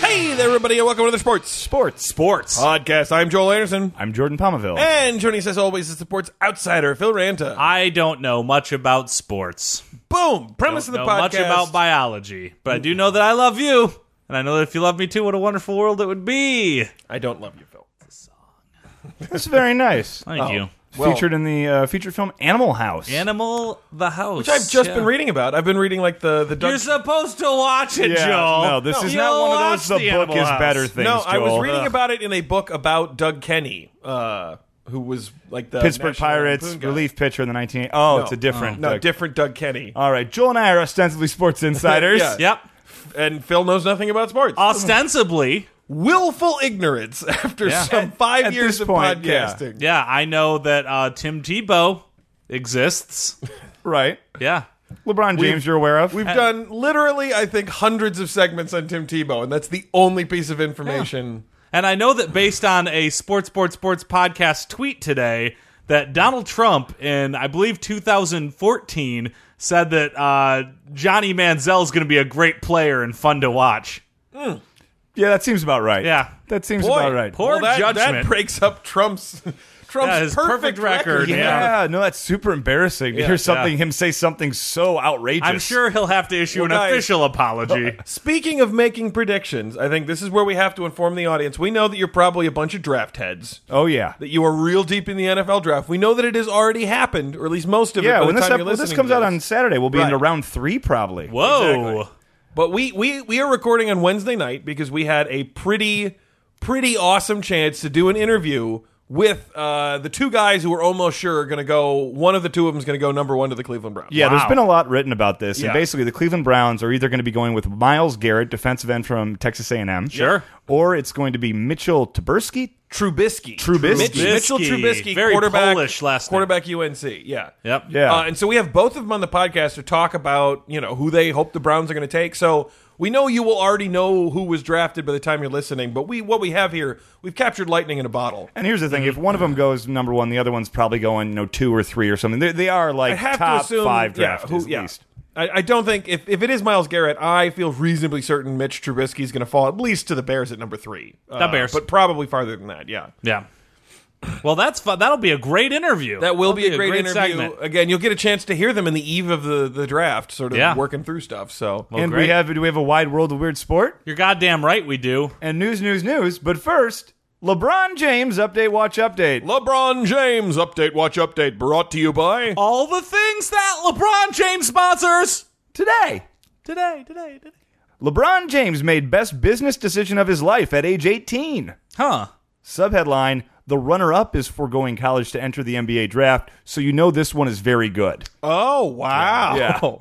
Hey there, everybody, and welcome to the Sports Sports. Sports. Podcast. I'm Joel Anderson. I'm Jordan Palmaville. And joining us, as always, is the Sports Outsider, Phil Ranta. I don't know much about sports. Boom! Premise of Don't the know podcast. much about biology, but I do know that I love you, and I know that if you love me too, what a wonderful world it would be. I don't love you, Phil. That's very nice. Thank you. Well- featured in the uh, feature film Animal House. Animal the house, Which I've just yeah. been reading about. I've been reading, like, the, the Doug. You're supposed to watch it, yeah, Joel. no, this is not You'll one of watch those. The, book Animal is House. better things. no, I was Joel. reading Ugh. about it in a book about Doug Kenny, uh, who was, like, the Pittsburgh National Pirates Lampoon guy. relief pitcher in the 19. Oh, No. it's a different. No, Doug. different Doug Kenny. All right, Joel and I are ostensibly sports insiders. Yeah. Yep. And Phil knows nothing about sports. Uh, Ostensibly, Willful ignorance after Yeah. some At- five at years this of point, yeah. podcasting. yeah, I know that uh, Tim Tebow exists. Right. Yeah. LeBron James, you're aware of. We've done literally, I think, hundreds of segments on Tim Tebow, and that's the only piece of information. And I know that based on a sports, sports, sports podcast tweet today, that Donald Trump in I believe 2014 said that uh, Johnny Manziel is going to be a great player and fun to watch. yeah, that seems about right. Yeah. That seems Boy, about right. poor- well, that, That judgment. breaks up Trump's Trump's Yeah, his perfect, perfect record, Yeah. yeah. no, that's super embarrassing to hear something him say something so outrageous. I'm sure he'll have to issue Well, an guys- official apology. Speaking of making predictions, I think this is where we have to inform the audience. We know that you're probably a bunch of draft heads. Oh yeah, That you are real deep in the NFL draft. We know that it has already happened, or at least most of it. yeah. by When the this, time ep- you're when this listening comes to out this. on Saturday, we'll be Right. into round three probably. Whoa. But we we we are recording on Wednesday night because we had a pretty pretty awesome chance to do an interview with uh, the two guys who were almost sure are going to go. One of the two of them is going to go number one to the Cleveland Browns. Yeah, there's Wow. been a lot written about this, Yeah. and basically the Cleveland Browns are either going to be going with Miles Garrett, defensive end from Texas A&M, Sure. or it's going to be Mitchell Tversky. Trubisky, Trubisky. Mitch- Mitchell Trubisky. Trubisky, Very quarterback, Polish last name. quarterback UNC. Yeah, Yep. Yeah. Uh, and so we have both of them on the podcast to talk about you know who they hope the Browns are going to take. So we know you will already know who was drafted by the time you're listening. But we what we have here, we've captured lightning in a bottle. And here's the Mm-hmm. thing: if one of them goes number one, the other one's probably going, you know, two or three or something. They, they are I like have top to assume five yeah, draftees who- at yeah. least. I, I don't think if, if it is Miles Garrett, I feel reasonably certain Mitch Trubisky is going to fall at least to the Bears at number three. Uh, Bears. but probably farther than that. Yeah, Yeah. Well, that's fun. That'll be a great interview. that will That'll be a great, interview. segment. Again, you'll get a chance to hear them in the eve of the, the draft, sort of Yeah. working through stuff. So and we great. have do we have a wide world of weird sport You're goddamn right. We do. and news, news, news. But first, LeBron James update, watch update. LeBron James update, watch update, brought to you by. All the things that LeBron James sponsors Today, today, today, today. LeBron James made best business decision of his life at age 18. Huh. Subheadline The runner up is foregoing college to enter the NBA draft, so you know this one is very good. Oh wow!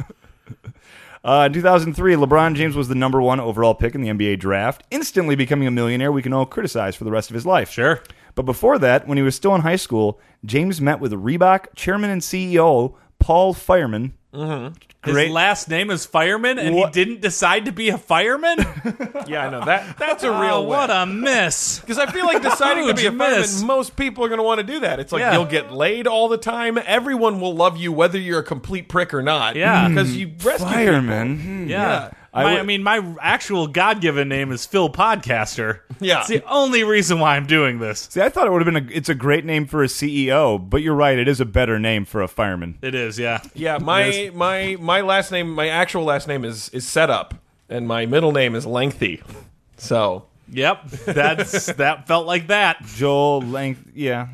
Uh, in 2003, LeBron James was the number one overall pick in the NBA draft, instantly becoming a millionaire we can all criticize for the rest of his life. Sure. But before that, when he was still in high school, James met with Reebok chairman and CEO Paul Fireman. Great. His last name is Fireman, and What- he didn't decide to be a fireman. yeah, I know that. That's a oh, real what win. a miss! Because I feel like deciding to be a Huge fireman, miss. most people are going to want to do that. It's like Yeah. you'll get laid all the time. Everyone will love you whether you're a complete prick or not. Yeah. Mm. because you rescue Fireman. Yeah, Hmm. My, I I would- mean, my actual God-given name is Phil Podcaster. Yeah. it's the only reason why I'm doing this. See, I thought it would have been a, it's a great name for a CEO, but you're right, it is a better name for a fireman. It is, yeah. Yeah, my my my last name, my actual last name is is setup, and my middle name is lengthy. So Yep, that's that felt like that. Joel Length, yeah.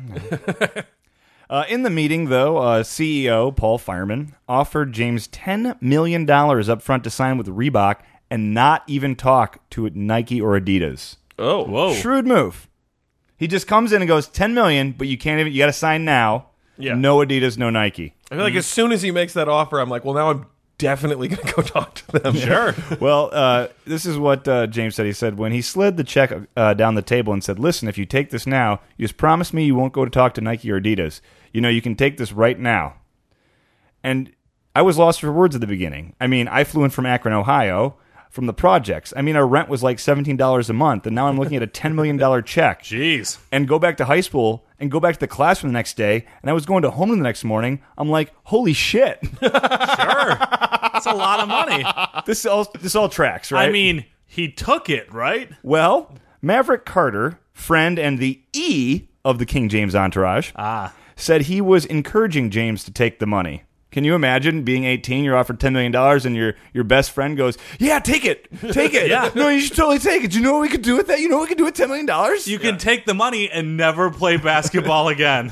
uh, in the meeting, though, uh, CEO Paul Fireman offered James ten million dollars up front to sign with Reebok and not even talk to Nike or Adidas. oh Whoa, Shrewd move. He just comes in and goes ten million, but you can't even. You got to sign now. Yeah. No Adidas, no Nike. I feel like as soon as he makes that offer, I'm like, well, now I'm definitely going to go talk to them. Sure. well, uh, this is what uh, James said. He said when he slid the check uh, down the table and said, "Listen, if you take this now, you just promise me you won't go to talk to Nike or Adidas. You know, you can take this right now." And I was lost for words at the beginning. I mean, I flew in from Akron, Ohio, from the projects. I mean, our rent was like seventeen dollars a month, and now I'm looking at a ten million dollar check jeez. and go back to high school and go back to the classroom the next day. And I was going to home the next morning. I'm like, holy shit, Sure, that's a lot of money. this all this all tracks, right? I mean, He took it, right? Well, Maverick Carter, friend and the E of the King James entourage, Ah. said he was encouraging James to take the money. Can you imagine being 18, you're offered $10 million, and your, your best friend goes, Yeah, take it. Take it. Yeah. No, you should totally take it. Do you know what we could do with that? You know what we could do with $10 million? You can take the money and never play basketball again.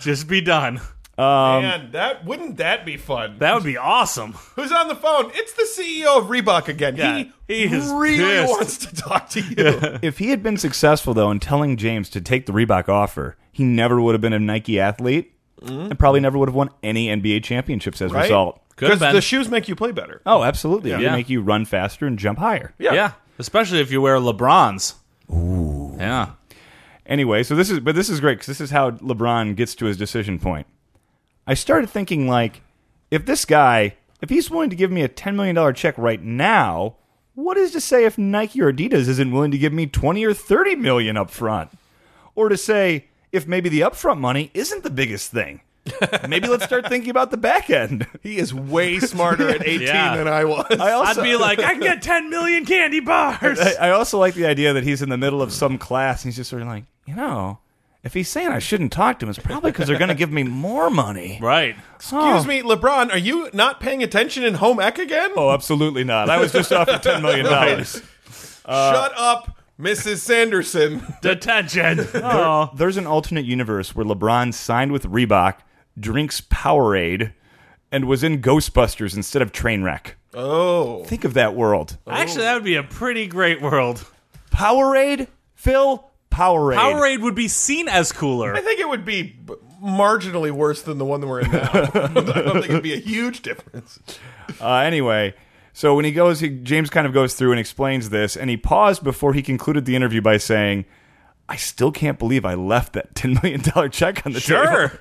Just be done. Um, Man, that wouldn't that be fun? That would be awesome. Who's on the phone? It's the CEO of Reebok again. Yeah, he, he is really pissed. wants to talk to you. if he had been successful, though, in telling James to take the Reebok offer, he never would have been a Nike athlete Mm-hmm. and probably never would have won any NBA championships as a Right? result. Because been. the shoes make you play better. Oh, absolutely. They Yeah. make you run faster and jump higher. Yeah. especially if you wear LeBrons. Ooh. Yeah. Anyway, so this is but this is great because this is how LeBron gets to his decision point. I started thinking like, if this guy, if he's willing to give me a ten million dollar check right now, what is to say if Nike or Adidas isn't willing to give me twenty or thirty million up front? Or to say if maybe the upfront money isn't the biggest thing. maybe let's start thinking about the back end. He is way smarter at 18 Yeah. than I was. I also I'd be like, I can get 10 million candy bars. I, I also like the idea that he's in the middle of some class and he's just sort of like, you know, if he's saying I shouldn't talk to him, it's probably because they're going to give me more money. right. Excuse me, LeBron, are you not paying attention in home ec again? Oh, absolutely not. I was just offered $10 million. Uh, Shut up, Mrs. Sanderson. Detention. Oh. There's an alternate universe where LeBron signed with Reebok, drinks Powerade, and was in Ghostbusters instead of Trainwreck. Oh. Think of that world. Actually, that would be a pretty great world. Powerade? Phil? Powerade. Powerade would be seen as cooler. I think it would be b- marginally worse than the one that we're in now. I don't think it'd be a huge difference. Uh, anyway, so when he goes, he, James kind of goes through and explains this, and he paused before he concluded the interview by saying, "I still can't believe I left that ten million dollar check on the table." Sure.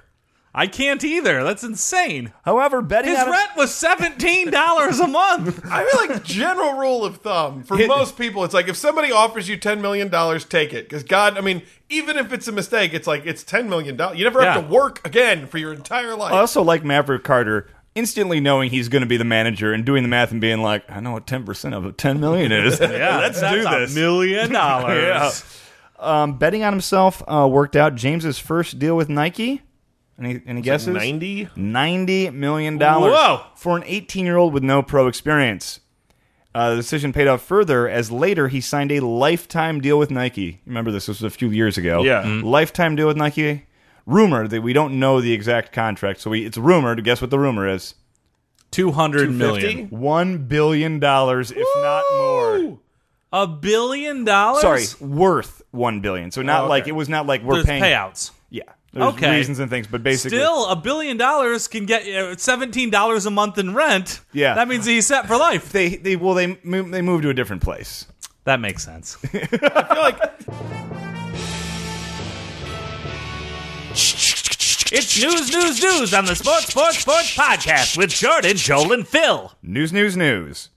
I can't either. That's insane. However, betting His on rent was $17 a month. I feel like general rule of thumb for most people, it's like if somebody offers you ten million dollars, take it. Because God, I mean, even if it's a mistake, it's like it's ten million dollars. You never have Yeah. to work again for your entire life. I also like Maverick Carter. Instantly knowing he's going to be the manager and doing the math and being like, I know what ten percent of ten million is. Yeah, let's that's do a this. million dollars. Yeah. Um, betting on himself uh, worked out James's first deal with Nike. Any, any guesses? ninety. Ninety million dollars. Whoa. For an eighteen-year-old with no pro experience. Uh, the decision paid off further as later he signed a lifetime deal with Nike. Remember this, this was a few years ago. Yeah. Lifetime deal with Nike. Rumor that we don't know the exact contract, so we, it's rumored. Guess what the rumor is? 200 250? million. One billion dollars, if not more. A billion dollars? Sorry, worth one billion. So not okay. like it was not like we're Oh, There's paying. payouts. Yeah, there's Okay. reasons and things, but basically, Still, a billion dollars can get uh, $17 a month in rent. Yeah. That means he's set for life. they they well they move, they move to a different place. That makes sense. I feel like It's news, news, news on the Sports, Sports, Sports podcast with Jordan, Joel, and Phil. News, news, news.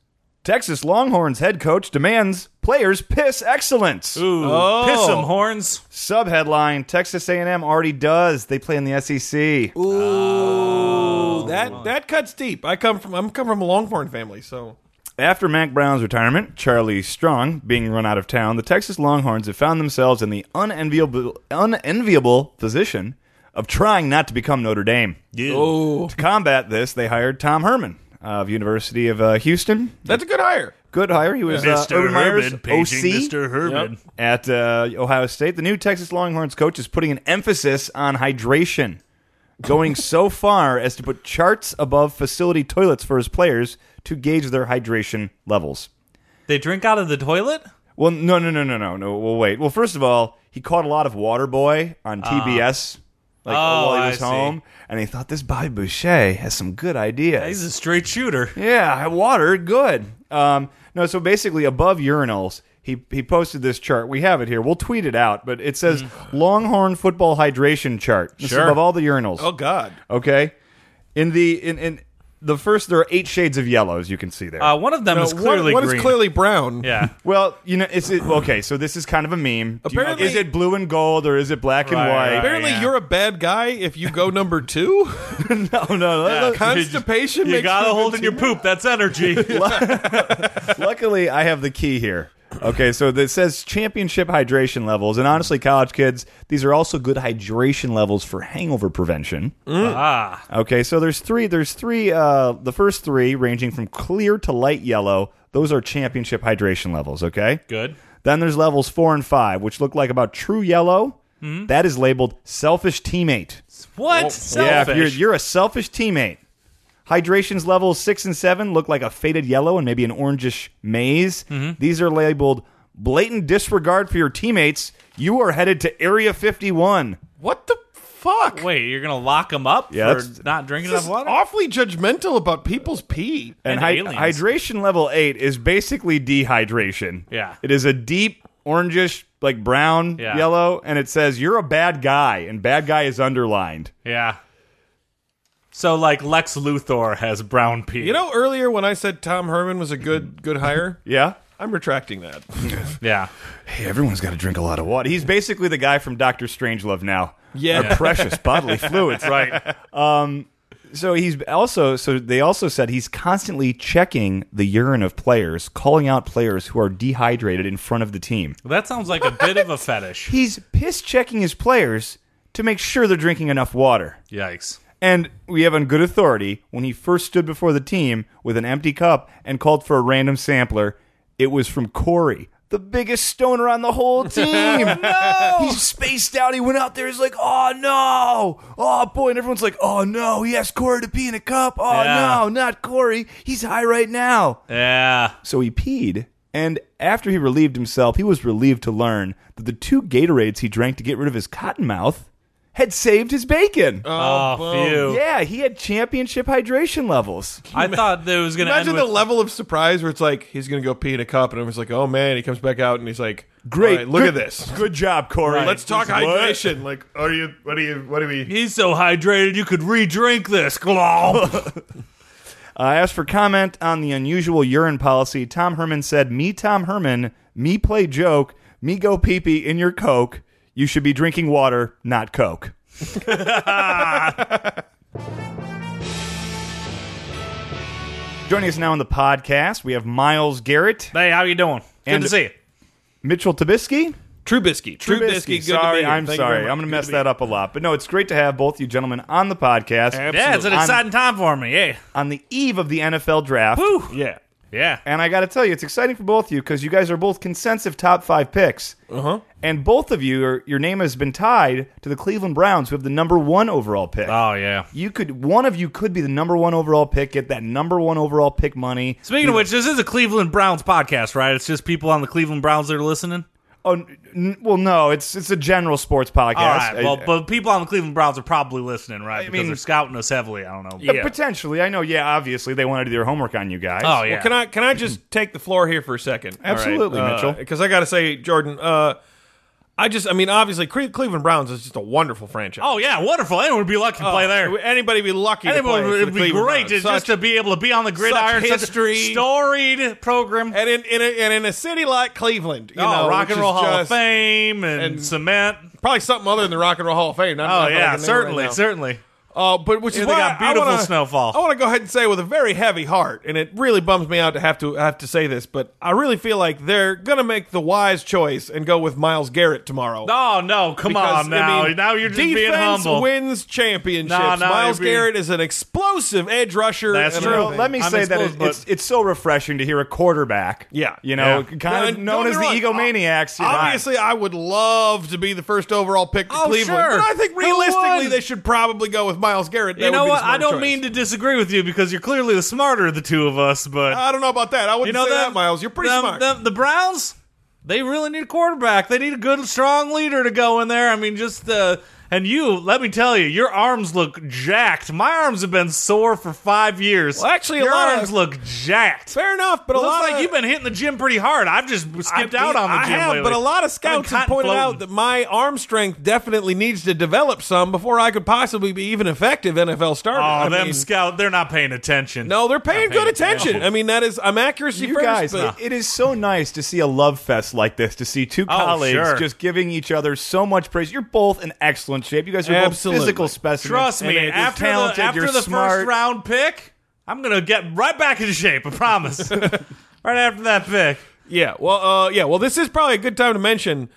Texas Longhorns head coach demands players piss excellence. Ooh, Oh. piss 'em, horns. Subheadline: Texas A&M already does. They play in the E SEC. Oh, that that cuts deep. I come from I'm come from a Longhorn family, so After Mac Brown's retirement, Charlie Strong being run out of town, the Texas Longhorns have found themselves in the unenviable, unenviable position of trying not to become Notre Dame. oh, To combat this, they hired Tom Herman of University of uh, Houston. that's a good hire. Good hire. He was uh, Urban Meyer's OC. Herman. at uh, Ohio State. The new Texas Longhorns coach is putting an emphasis on hydration, going so far as to put charts above facility toilets for his players to gauge their hydration levels. They drink out of the toilet? Well, no, no, no, no, no, no. Well, wait. Well, first of all, he caught a lot of Water Boy on TBS. like Ah. Oh, while he I was see. home, and he thought this Bobby Boucher has some good ideas. He's a straight shooter. Yeah, water, good. Um, no, so basically, above urinals, he he posted this chart. We have it here. We'll tweet it out, but it says Longhorn football hydration chart. This is Oh, Mm. Sure. Oh. above all the urinals. God, Okay, in the in in the first there are eight shades of yellow as you can see there. Uh, one of them No, is clearly one, one green. is clearly brown. yeah. well, you know, is it okay? So this is kind of a meme. Do you- Apparently- is it blue and gold or is it black and Right, white? right. Apparently, yeah. you're a bad guy if you go number two. No, no, no. Yeah. Constipation. You makes got a me hold in your continue. poop. That's energy. Luckily, I have the key here. Okay, so it says championship hydration levels, and honestly, college kids, these are also good hydration levels for hangover prevention. ah. Okay, so there's three. There's three. Uh, the first three, ranging from clear to light yellow, those are championship hydration levels. Okay, Good. Then there's levels four and five, which look like about true yellow. That is labeled selfish teammate. What? Oh, Yeah, if Selfish. you're, you're a selfish teammate. Hydrations levels six and seven look like a faded yellow and maybe an orangish maize. Mm-hmm. These are labeled blatant disregard for your teammates. You are headed to Area 51. What the fuck? Wait, you're gonna lock them up Yeah, for that's- not drinking This enough is water? awfully judgmental about people's pee. And, And hy- aliens. hydration level eight is basically dehydration. Yeah. It is a deep orangish, like brown, Yeah. yellow, and it says you're a bad guy, and bad guy is underlined. Yeah. So like Lex Luthor has brown pee. You know, earlier when I said Tom Herman was a good good hire, Yeah? I'm retracting that. Yeah. Hey, everyone's got to drink a lot of water. He's basically the guy from Doctor Strangelove now. Yeah. Our precious bodily fluids. Um, Right. So he's also so they also said he's constantly checking the urine of players, calling out players who are dehydrated in front of the team. that sounds like a bit of a fetish. He's piss checking his players to make sure they're drinking enough water. Yikes. And we have on good authority when he first stood before the team with an empty cup and called for a random sampler, it was from Corey, the biggest stoner on the whole team. no! He spaced out. He went out there. He's like, oh no! Oh boy. And everyone's like, oh no, he asked Corey to pee in a cup. Oh Yeah. no, not Corey. He's high right now. Yeah. So he peed. And after he relieved himself, he was relieved to learn that the two Gatorades he drank to get rid of his cotton mouth had saved his bacon. Oh, boom. phew. Yeah, he had championship hydration levels. I thought that it was gonna Imagine end the with, level of surprise where it's like he's gonna go pee in a cup, and everyone's like, "Oh man!" He comes back out and he's like, "All right, look Good- at this. Good job, Corey. Let's talk What? hydration. Like, uh, are you? What are you? What are we?" He's so hydrated you could re-drink this. Glom. Uh, as for comment on the unusual urine policy, Tom Herman said, "Me, Tom Herman, me play joke, me go pee pee in your Coke. You should be drinking water, not Coke." Joining us now on the podcast, we have Miles Garrett, hey, how you doing? Good And- to see you. Mitchell Trubisky. Trubisky. Trubisky. Good to sorry, be here. I'm Thank you sorry. very much. I'm going to Good mess be that up a lot. But no, it's great to have both you gentlemen on the podcast. Yeah, it's an I'm- exciting time for me. Yeah. on the eve of the NFL draft. Woo. Yeah. Yeah. And I got to tell you, it's exciting for both of you because you guys are both consensus top five picks. Uh-huh. And both of you, are, your name has been tied to the Cleveland Browns, who have the number one overall pick. Oh yeah. you could one of you could be the number one overall pick, get that number one overall pick money. Speaking of which, this is a Cleveland Browns podcast, right? It's just people on the Cleveland Browns that are listening. Oh, n- n- well, no, it's it's a general sports podcast. All right. Well, I- uh, but people on the Cleveland Browns are probably listening, right? because mean- they're scouting us heavily. I don't know. uh, potentially, I know. Yeah, obviously, they want to do their homework on you guys. Oh yeah. Well, can I can I just take the floor here for a second? Absolutely, Mitchell. Because I got to say, Jordan, uh, I just I mean, obviously, Cle- Cleveland Browns is just a wonderful franchise. oh yeah. Wonderful. Anyone would be lucky to play there. Would anybody be lucky? Oh, to play Anyone for would the be Cleveland great to, Browns? Such- just to be able to be on the gridiron. Such a history. storied program. and in, in a, and in a city like Cleveland, you oh, know, rock which and is roll Hall just- of Fame and, and- cement. probably something other than the Rock and Roll Hall of Fame. not- Oh not that I yeah, can think of certainly, right now. certainly. Uh, but which Yeah, is they why got I- I beautiful wanna- snowfall. I want to go ahead and say with a very heavy heart, and it really bums me out to have to have to say this, but I really feel like they're gonna make the wise choice and go with Miles Garrett tomorrow. Oh no, come Because, on I now. mean, now you're just defense being humble. wins championships. No, no, Miles you're being- Garrett is an explosive edge rusher. That's and true. Well, everything. let me I'm say exposed, that it, it's it's so refreshing to hear a quarterback. Yeah. you know, Yeah. kind of Now, known don't as get the me wrong, egomaniacs. you know. Obviously, I would love to be the first overall pick to Oh, Cleveland, sure. but I think Who realistically would? they should probably go with Miles Garrett. That you know would be the what? I smarter don't choice. mean to disagree with you because you're clearly the smarter of the two of us, but I don't know about that. I wouldn't you know say that, them- Miles. You're pretty them- smart. them- the Browns, they really need a quarterback. They need a good, strong leader to go in there. I mean, just uh, And you, let me tell you, your arms look jacked. My arms have been sore for five years. Well, actually, a your lot of- arms look jacked. Fair enough, but a Looks lot like of, you've been hitting the gym pretty hard. I've just skipped out on the I gym have, lately. but a lot of I've been scouts have cotton pointed floating. out that my arm strength definitely needs to develop some before I could possibly be even effective NFL starter. Oh, I them mean, scout, they're not paying attention. no, they're paying paying good attention. I mean, that is I'm accuracy You first, guys, but it is so nice to see a love fest like this. To see two colleagues sure. just giving each other so much praise. You're both in excellent shape. You guys are Absolutely. both physical specimens. Trust And me, you're after talented, the, after you're the smart. first round pick, I'm going to get right back into shape, I promise. right after that pick. yeah. Well, uh, yeah. Well, this is probably a good time to mention.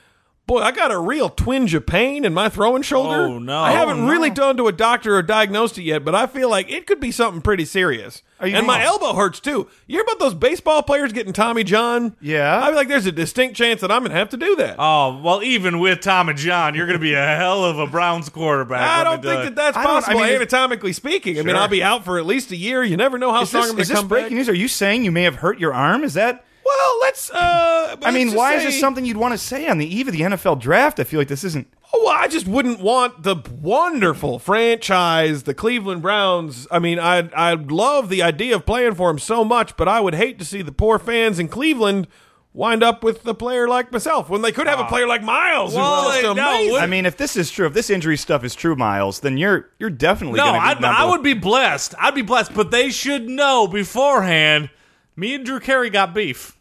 Boy, I got a real twinge of pain in my throwing shoulder. Oh, no. I haven't Oh, no. really done to a doctor or diagnosed it yet, but I feel like it could be something pretty serious. Are you and my being- elbow hurts too. You hear about those baseball players getting Tommy John? Yeah. I feel like there's a distinct chance that I'm gonna have to do that. Oh, well, even with Tom and John, you're going to be a hell of a Browns quarterback. I let me don't tell think you. that that's I don't- I possible mean, if- anatomically speaking. I mean, Sure. I'll be out for at least a year. You never know how Is strong this, I'm going is to this come breaking back. news? Are you saying you may have hurt your arm? Is that? Well, let's. Uh, I mean, why is this something? something you'd want to say on the eve of the NFL draft? I feel like this isn't. Oh, well, I just wouldn't want the wonderful franchise, the Cleveland Browns. I mean, I I love the idea of playing for them so much, but I would hate to see the poor fans in Cleveland wind up with a player like myself when they could Ah. have a player like Miles. Well, who's just no, amazing. wouldn't- I mean, if this is true, if this injury stuff is true, Miles, then you're you're definitely No, Gonna be I'd, number- I would be blessed. I'd be blessed, but they should know beforehand. Me and Drew Carey got beef.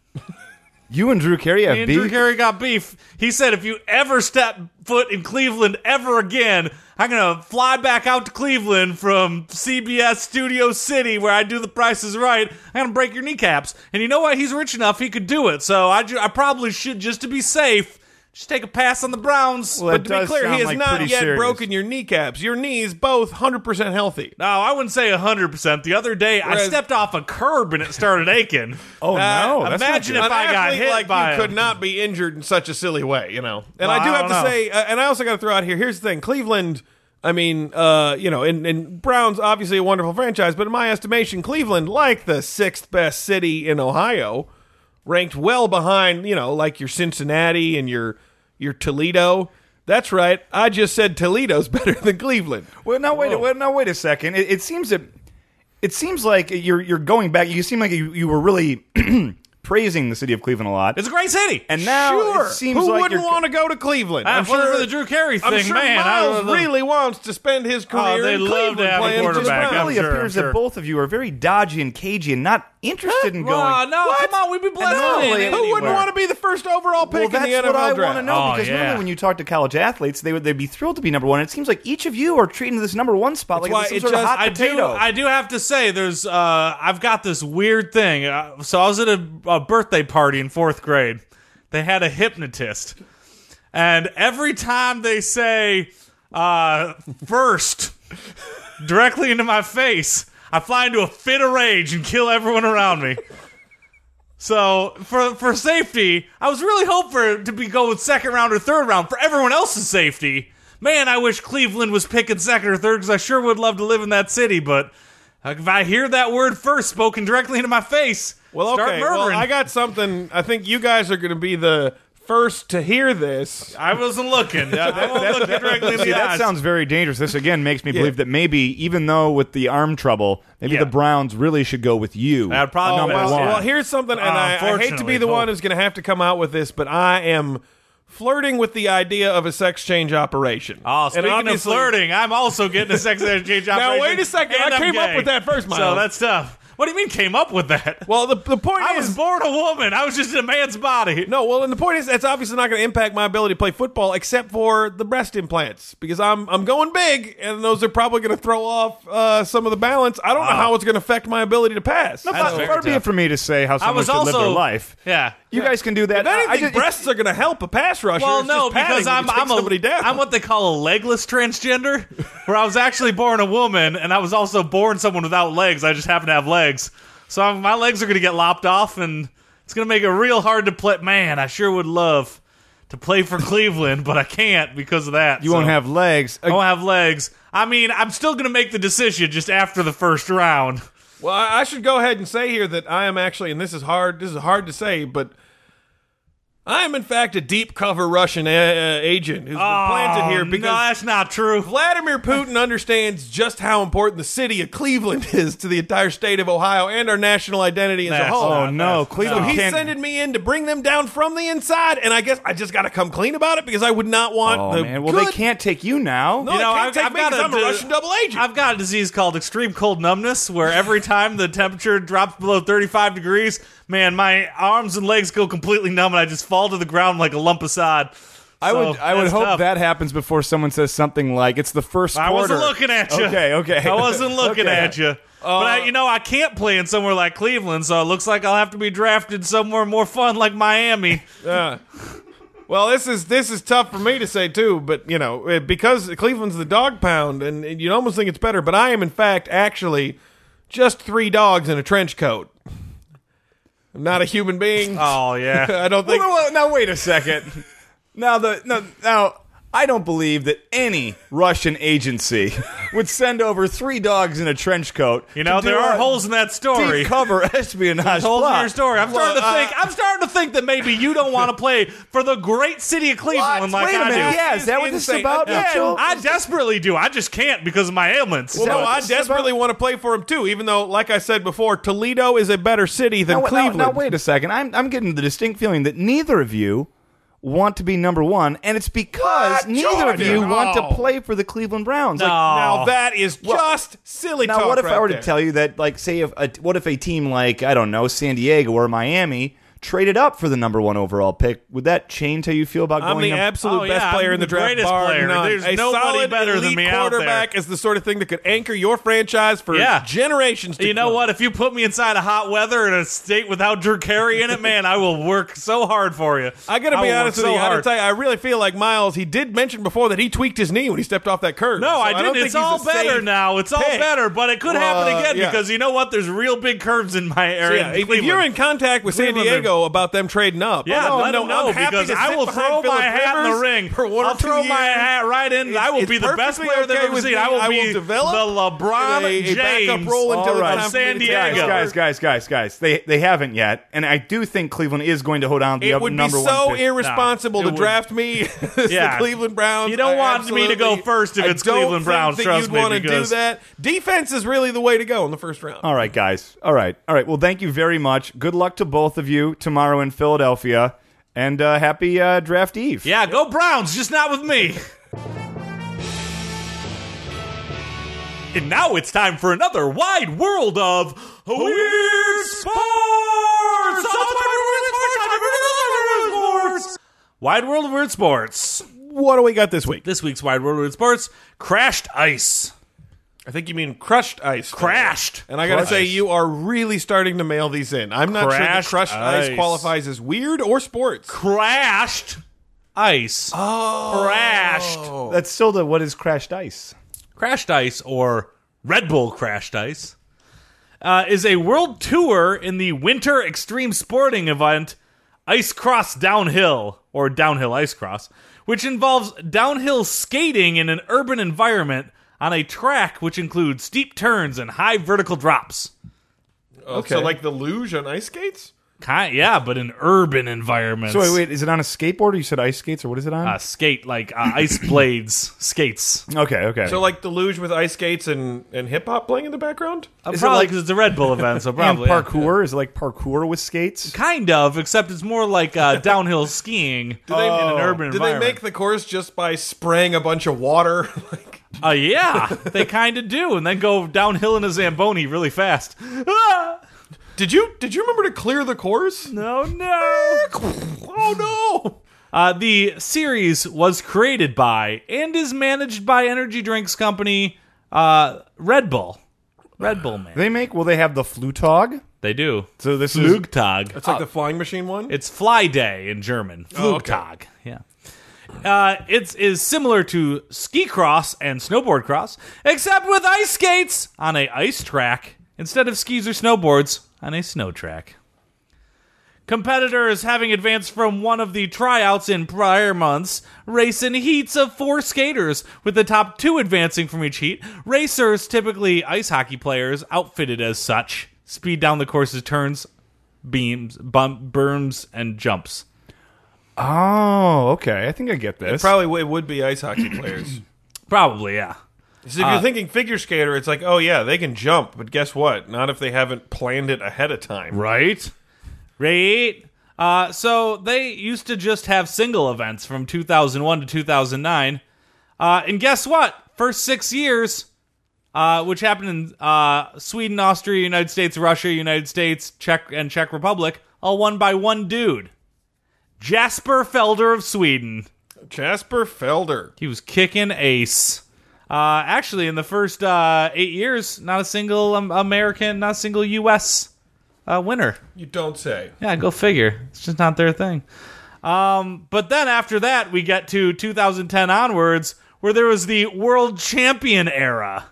You and Drew Carey Me have and Drew beef. Carey got beef. He said, if you ever step foot in Cleveland ever again, I'm going to fly back out to Cleveland from CBS Studio City where I do the prices right. I'm going to break your kneecaps. And you know what? He's rich enough. He could do it. So I, ju- I probably should, just to be safe, just take a pass on the Browns. Well, but that to be does clear, he sound has like not pretty yet serious. broken your kneecaps. Your knees both 100% healthy. no, I wouldn't say 100%. The other day, I Whereas- stepped off a curb and it started aching. Oh no! Uh, that's not imagine good. if an I got athlete hit like by you him. could not be injured in such a silly way, you know. And I Well, do I have to don't know. say, uh, and I also got to throw out here. Here's the thing, Cleveland. I mean, uh, you know, and, and Browns obviously a wonderful franchise, but in my estimation, Cleveland, like the sixth best city in Ohio, ranked well behind, you know, like your Cincinnati and your your Toledo. That's right. I just said Toledo's better than Cleveland. Well, now wait. Well, now wait a second. It, it seems that it seems like you're you're going back. You seem like you, you were really praising the city of Cleveland a lot, It's a great city. and now sure. it seems Who like wouldn't you're, Ah, want to go to Cleveland? I'm, sure sure for the Drew Carey thing, I'm sure man. I Miles don't know. really wants to spend his career they in love to Cleveland have a playing just quarterback. fine. It really I'm sure, appears I'm that sure. both of you are very dodgy and cagey and not interested in going. Well, no, What? come on, we'd be blessed. No, with it like, anyway. Who wouldn't anywhere. want to be the first overall Well, pick that's in the NFL what I draft? want to know Oh, because yeah. normally when you talk to college athletes, they would they'd be thrilled to be number one. It seems like each of you are treating this number one spot That's like why it's some it sort just- of hot I do. potato. I do have to say, there's. Uh, I've got this weird thing. Uh, so I was at a, a birthday party in fourth grade. They had a hypnotist, and every time they say uh, first directly into my face, I fly into a fit of rage and kill everyone around me. So for for safety, I was really hoping for it to be go with second round or third round for everyone else's safety. Man, I wish Cleveland was picking second or third because I sure would love to live in that city. But if I hear that word first spoken directly into my face, Well, start okay. murdering. Well, I got something. I think you guys are going to be the first to hear this. I wasn't looking. I won't look you directly in See, the that eyes. sounds very dangerous. This again makes me believe that maybe, even though with the arm trouble, maybe Yeah. the Browns really should go with you. uh, That'd probably number be Well, best. one. well, here's something, and Uh, I, I hate to unfortunately, be the one Cole. who's going to have to come out with this, but I am flirting with the idea of a sex change operation. Oh, and speaking of obviously- flirting, I'm also getting a sex exchange operation. wait a second, and I I'm came up gay. with that first, So Miles. that's tough. What do you mean came up with that? Well, the, the point I is, was born a woman. I was just in a man's body. No, well, and the point is that's obviously not going to impact my ability to play football, except for the breast implants, because I'm I'm going big, and those are probably going to throw off uh, some of the balance. I don't know how it's going to affect my ability to pass. No, far, very far be tough. it for me to say how I someone was should also live their life. Yeah. You guys can do if that. anything, I just, breasts are going to help a pass rusher. Well, It's no, just padding. because You I'm take I'm somebody a, down. I'm what they call a legless transgender, where I was actually born a woman and I was also born someone without legs. I just happen to have legs, so I'm, my legs are going to get lopped off, and it's going to make it real hard to play. Man, I sure would love to play for Cleveland, but I can't because of that. you won't have legs. Oh, I won't have legs. I mean, I'm still going to make the decision just after the first round. Well, I I should go ahead and say here that I am actually, and this is hard. This is hard to say, but I'm in fact a deep cover Russian uh, uh, agent who's been Oh, planted here no, because that's not true. Vladimir Putin understands just how important the city of Cleveland is to the entire state of Ohio and our national identity as That's a whole. Oh not- no, that's- So Cleveland he can't. sending me in to bring them down from the inside, and I guess I just got to come clean about it because I would not want oh the man, well they good- can't take you now. No, they can't take me 'cause I'm a di- Russian double agent. I've got a disease called extreme cold numbness, where every time the temperature drops below 35 degrees, man, my arms and legs go completely numb, and I just fall to the ground like a lump of sod. I So, would I would that's hope tough. that happens before someone says something like it's the first I quarter. wasn't looking at you. Okay, okay. I wasn't looking Okay. Uh, at you. but I, you know, I can't play in somewhere like Cleveland, so it looks like I'll have to be drafted somewhere more fun like Miami. Yeah. Well, this is this is tough for me to say too, but you know, eh, because Cleveland's the dog pound, and and you'd almost think it's better. But I am, in fact, actually just three dogs in a trench coat. I'm not a human being. Oh yeah. I don't Well, think. no, well, now wait a second. now the no, now I don't believe that any Russian agency would send over three dogs in a trench coat. You know, to do there are a holes in that story. Deep cover espionage Holes in plot. your story. I'm starting Well, uh, to think. I'm starting to think that maybe you don't want to play for the great city of Cleveland What? like uh, Wait a I do. minute. Yeah, is It's that what this is insane. about, Yeah, Mitchell? I desperately do. I just can't because of my ailments. Well, that no, what I this is about? desperately want to play for him too. Even though, like I said before, Toledo is a better city than Now, wait- now- Cleveland. Now, wait a second. I'm, I'm getting the distinct feeling that neither of you want to be number one, and it's because What? neither of you Jordan, want Oh. no. to play for the Cleveland Browns. Like, Now that is just silly now, talk. what if right I were there. to tell you that, like, say, if a, what if a team like I don't know, San Diego or Miami traded up for the number one overall pick? Would that change how you feel about I'm going? the up? absolute Oh, yeah, best player I'm in the, the draft. greatest bar player. none. There's a nobody solid better than elite me out there. quarterback is the sort of thing that could anchor your franchise for Yeah. generations. To You know come. what? If you put me inside a hot weather in a state without Drew Carey in it, man, I will work so hard for you. I got to be will honest work with so you. I gotta hard. tell you, I really feel like Miles. He did mention before that he tweaked his knee when he stepped off that curve. No, So I don't didn't. think It's he's all a better safe now. It's all pick. better, but it could happen Well, again yeah. because you know what? There's real big curves in my area. Yeah, in if, if Cleveland. you're in contact with Cleveland, San Diego about them trading up, Yeah, oh, let no, them know I'm happy because to I sit will behind throw Philip my hat in the Rivers ring. for one or I'll two throw my years. hat right in. I will It's be the best perfectly player they've okay ever with seen. me. I will I will be develop the LeBron a- a James backup role until All it's right. time of for me San to take guys, Diego. over. guys, guys, guys, guys. They they haven't yet, and I do think Cleveland is going to hold on to the It other would be number so one. pick. irresponsible it to would- draft me as Yeah. the Cleveland Browns. You I don't want me to go absolutely- first if I it's don't think Cleveland Browns, That trust you'd me, want to do because- that. Defense is really the way to go in the first round. All right, guys. All right, all right. Well, thank you very much. Good luck to both of you tomorrow in Philadelphia, and uh, happy uh, draft eve. yeah, go Browns, just not with me. and now it's time for another wide world of weird sports. Wide world of weird sports. What do we got this week? This week's Wide World of Weird Sports crashed ice. I think you mean crushed ice. Crashed. And I got to Crushed say, ice. you are really starting to mail these in. I'm not sure that Crashed crushed ice. ice. qualifies as weird or sports. Crashed ice. Oh. Crashed. That's still the what is crashed ice. Crashed ice or Red Bull crashed ice uh, is a world tour in the winter extreme sporting event Ice Cross Downhill or Downhill Ice Cross, which involves downhill skating in an urban environment on a track which includes steep turns and high vertical drops. Okay. Uh, So like the luge on ice skates? Kind, yeah, but in urban environments. So wait, wait, is it on a skateboard? Or you said ice skates, or what is it on? uh, skate like uh, ice blades skates. okay, okay. So like the luge with ice skates and, and hip hop playing in the background? Uh, Is it probably like- because it's a Red Bull event, so and probably yeah. parkour is it like parkour with skates? Kind of, except it's more like uh, downhill skiing they- in an urban Did Oh. they make environment. the course just by spraying a bunch of water? like, Uh, yeah, they kind of do, and then go downhill in a zamboni really fast. Ah! did you did you remember to clear the course? No, no. Oh no! Uh, the series was created by and is managed by energy drinks company uh, Red Bull. Red Bull, man. They make. Will they have the flutog? They do. So this is Flugtag. It's like the flying machine one. It's Fly Day in German. Flugtag. Yeah. Uh, it is similar to ski cross and snowboard cross, except with ice skates on a ice track instead of skis or snowboards on a snow track. Competitors having advanced from one of the tryouts in prior months race in heats of four skaters, with the top two advancing from each heat. Racers, typically ice hockey players, outfitted as such, speed down the course's turns, beams, bump, berms, and jumps. Oh, okay. I think I get this. Probably it would be ice hockey players. Probably, yeah. So Uh, if you're thinking figure skater, it's like, oh yeah, they can jump, but guess what? Not if they haven't planned it ahead of time. Right? Right? Uh, so they used to just have single events from 2001 to 2009. Uh, and guess what? First six years, uh, which happened in uh, Sweden, Austria, United States, Russia, United States, Czech, and Czech Republic, all won by one dude Jasper Felder of Sweden. Jasper Felder. He was kicking ace. Uh, actually, in the first uh, eight years, not a single um, American, not a single U.S. Uh, winner. You don't say. Yeah, go figure. It's just not their thing. Um, but then after that, we get to 2010 onwards, where there was the world champion era.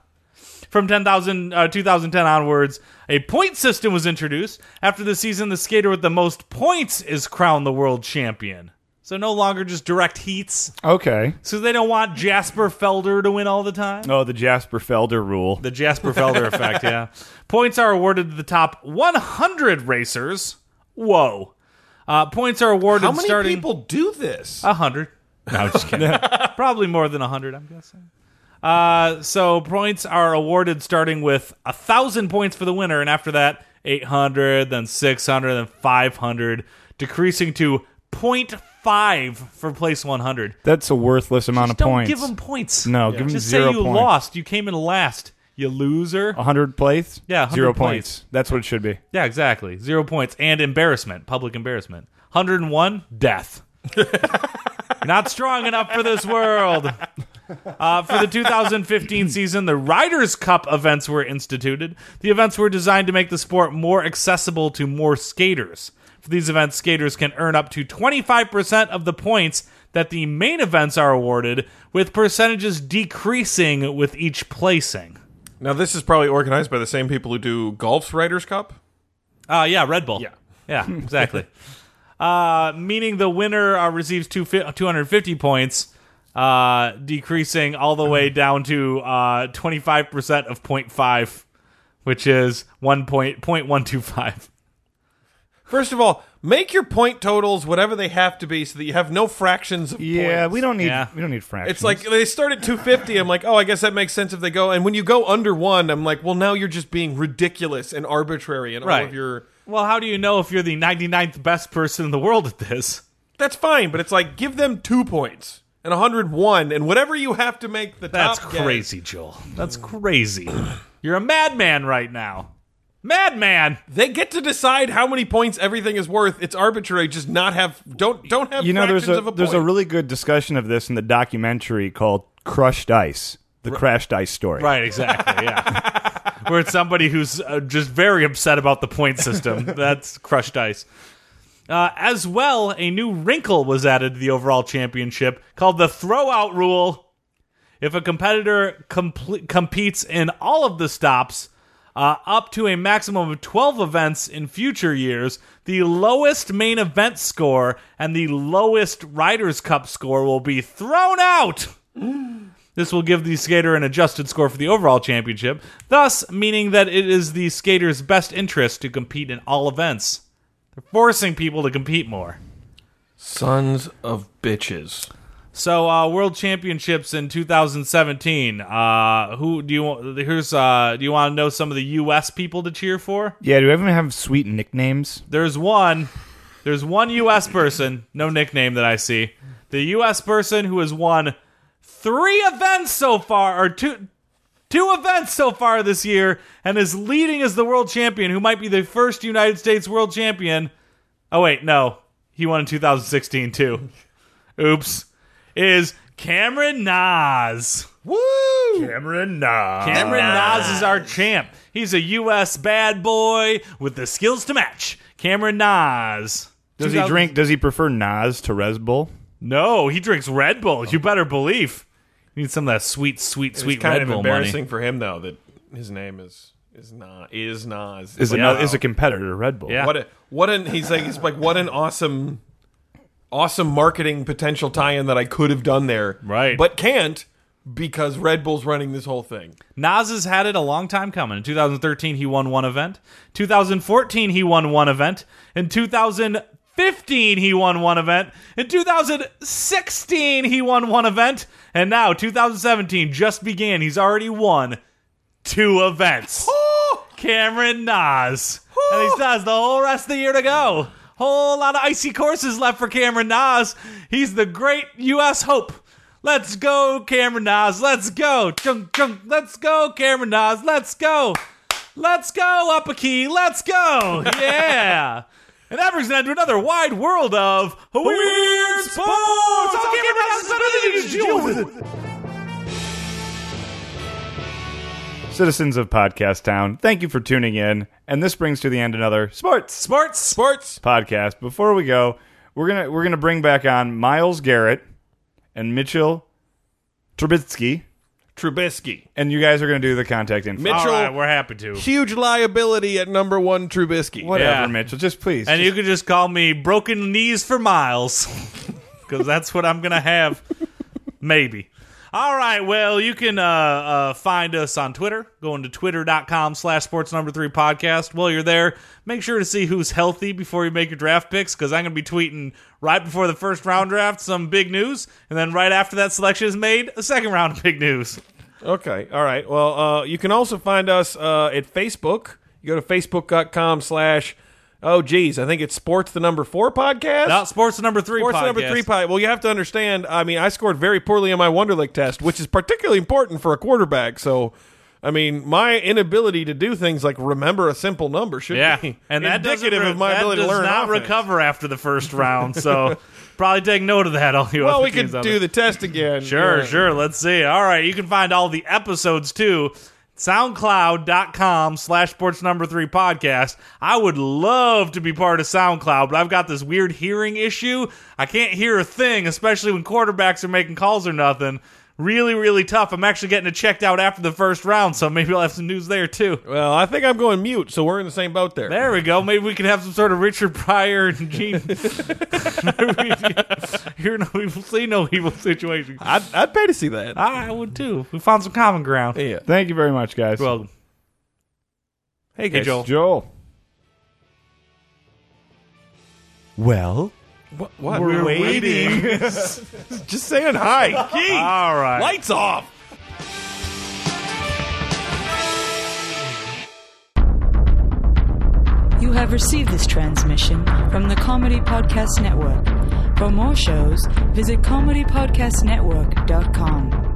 From 10,000, uh, 2010 onwards, a point system was introduced. After the season, the skater with the most points is crowned the world champion. So no longer just direct heats. Okay. So they don't want Jasper Felder to win all the time. Oh, the Jasper Felder rule. The Jasper Felder effect, yeah. Points are awarded to the top 100 racers. Whoa. Uh, points are awarded How many starting people do this? 100. No, I'm just kidding. Probably more than 100, I'm guessing. Uh, so points are awarded starting with 1,000 points for the winner, and after that, 800, then 600, then 500, decreasing to 0.5 for place 100. That's a worthless amount Just of don't points. give them points. No, give 'em Just zero say you points. lost. You came in last. You loser. 100 plates? Yeah, 100 Zero plates. points. That's what it should be. Yeah, exactly. Zero points and embarrassment, public embarrassment. 101, death. Not strong enough for this world. Uh, for the 2015 season, the Riders' Cup events were instituted. The events were designed to make the sport more accessible to more skaters. For these events, skaters can earn up to 25% of the points that the main events are awarded, with percentages decreasing with each placing. Now this is probably organized by the same people who do golf's Riders Cup. Uh, yeah, Red Bull. Yeah. Yeah, exactly. uh, meaning the winner uh, receives two fi- 250 points, uh, decreasing all the way down to uh, 25% of 0.5, which is 1.125. First of all, make your point totals whatever they have to be, so that you have no fractions of Yeah, points. we don't need Yeah. we don't need fractions. It's like they start at 250. I'm like, oh, I guess that makes sense if they go. And when you go under one, I'm like, well, now you're just being ridiculous and arbitrary and all Right. of your. Well, how do you know if you're the 99th best person in the world at this? That's fine, but it's like give them two points and 101 and whatever you have to make the That's top. get. crazy, Joel. That's crazy. You're a madman right now. Madman! They get to decide how many points everything is worth. It's arbitrary. Just not have don't don't have you know fractions there's a, of a there's a point. really good discussion of this in the documentary called Crushed Ice, the crashed ice story. Right, exactly. Yeah. Where it's somebody who's uh, just very upset about the point system. That's crushed ice. Uh, as well, a new wrinkle was added to the overall championship called the throwout rule. If a competitor comple- competes in all of the stops, uh, up to a maximum of 12 events in future years, the lowest main event score and the lowest Riders' Cup score will be thrown out. This will give the skater an adjusted score for the overall championship, thus meaning that it is the skater's best interest to compete in all events. They're forcing people to compete more. Sons of bitches. So, uh, world championships in 2017. Uh, who do you want? Here's uh, do you want to know some of the U.S. people to cheer for? Yeah, do everyone have sweet nicknames? There's one. There's one U.S. person, no nickname that I see. The U.S. person who has won three events so far, or two, two events so far this year, and is leading as the world champion, who might be the first United States world champion. Oh wait, no, he won in 2016 too. Oops, is Cameron Nas. Woo! Cameron Nah. Cameron Nas is our champ. He's a U.S. bad boy with the skills to match. Cameron Nas. Does he drink does he prefer Nas to Res Bull? No, he drinks Red Bull. You better believe. He needs some of that sweet, sweet, It's sweet kind Red of Bull embarrassing money. for him though that his name is is Nas is Nas. Is Like, a wow. is a competitor to Red Bull. Yeah. what a what an he's like it's like what an awesome awesome marketing potential tie-in that I could have done there. Right. But can't because Red Bull's running this whole thing. Nas has had it a long time coming. In 2013, he won one event. 2014, he won one event. In 2015, 2015, he won one event. In 2016, he won one event. And now 2017 just began. He's already won two events. Cameron Nas. And he's Nas the whole rest of the year to go. Whole lot of icy courses left for Cameron Nas. He's the great U.S. hope. Let's go, Cameron Nas. Let's go. Chunk, chunk. Let's go, Cameron Nas. Let's go. Let's go, up a key. Let's go. Yeah. and that brings an end to another wide world of weird, sports. All Cameron Nas has nothing to deal with it. Citizens of Podcast Town, thank you for tuning in. And this brings to the end another sports Sports. Sports. podcast. Before we go, we're gonna we're gonna bring back on Miles Garrett and Mitchell Trubisky, Trubisky. and you guys are gonna do the contact info. Mitch- All Mitchell- right, we're happy to. Huge liability at number one, Trubisky. Whatever, Yeah. Mitchell. Just please. And just- you can just call me Broken Knees for Miles. Because that's what I'm going to have. Maybe. All right. Well, you can uh, uh, find us on Twitter. Going to twitter.com slash sports number three podcast. While you're there, make sure to see who's healthy before you make your draft picks. Because I'm going to be tweeting right before the first round draft some big news. And then right after that selection is made, a second round of big news. Okay. All right. Well, uh, you can also find us uh, at Facebook. You go to facebook.com slash, oh, geez, I think it's Sports the Number Four podcast. Now, sports number three Sports the podcast. Number Three podcast. Well, you have to understand, I mean, I scored very poorly on my Wonderlick test, which is particularly important for a quarterback. So, I mean, my inability to do things like remember a simple number should Yeah, be and that doesn't indicative re- of my that ability does to learn Not offense. recover after the first round, so probably take note of that. All you Well, other we could teams out do there. the test again. Sure, Yeah. sure. Let's see. All right, you can find all the episodes too. SoundCloud.com slash sports number three podcast. I would love to be part of SoundCloud, but I've got this weird hearing issue. I can't hear a thing, especially when quarterbacks are making calls or nothing. Really, really tough. I'm actually getting it checked out after the first round, so maybe I'll have some news there too. Well, I think I'm going mute, so we're in the same boat there. There we go. Maybe we can have some sort of Richard Pryor and Gene. Here, no evil, see no evil situation. I'd, I'd pay to see that. I would too. We found some common ground. yeah. thank you very much, guys. You're welcome. Hey, guys. Joel. Joel. Well, What? what? waiting. Just saying hi. Gee, All right. lights off. You have received this transmission from the Comedy Podcast Network. For more shows, visit comedypodcastnetwork.com.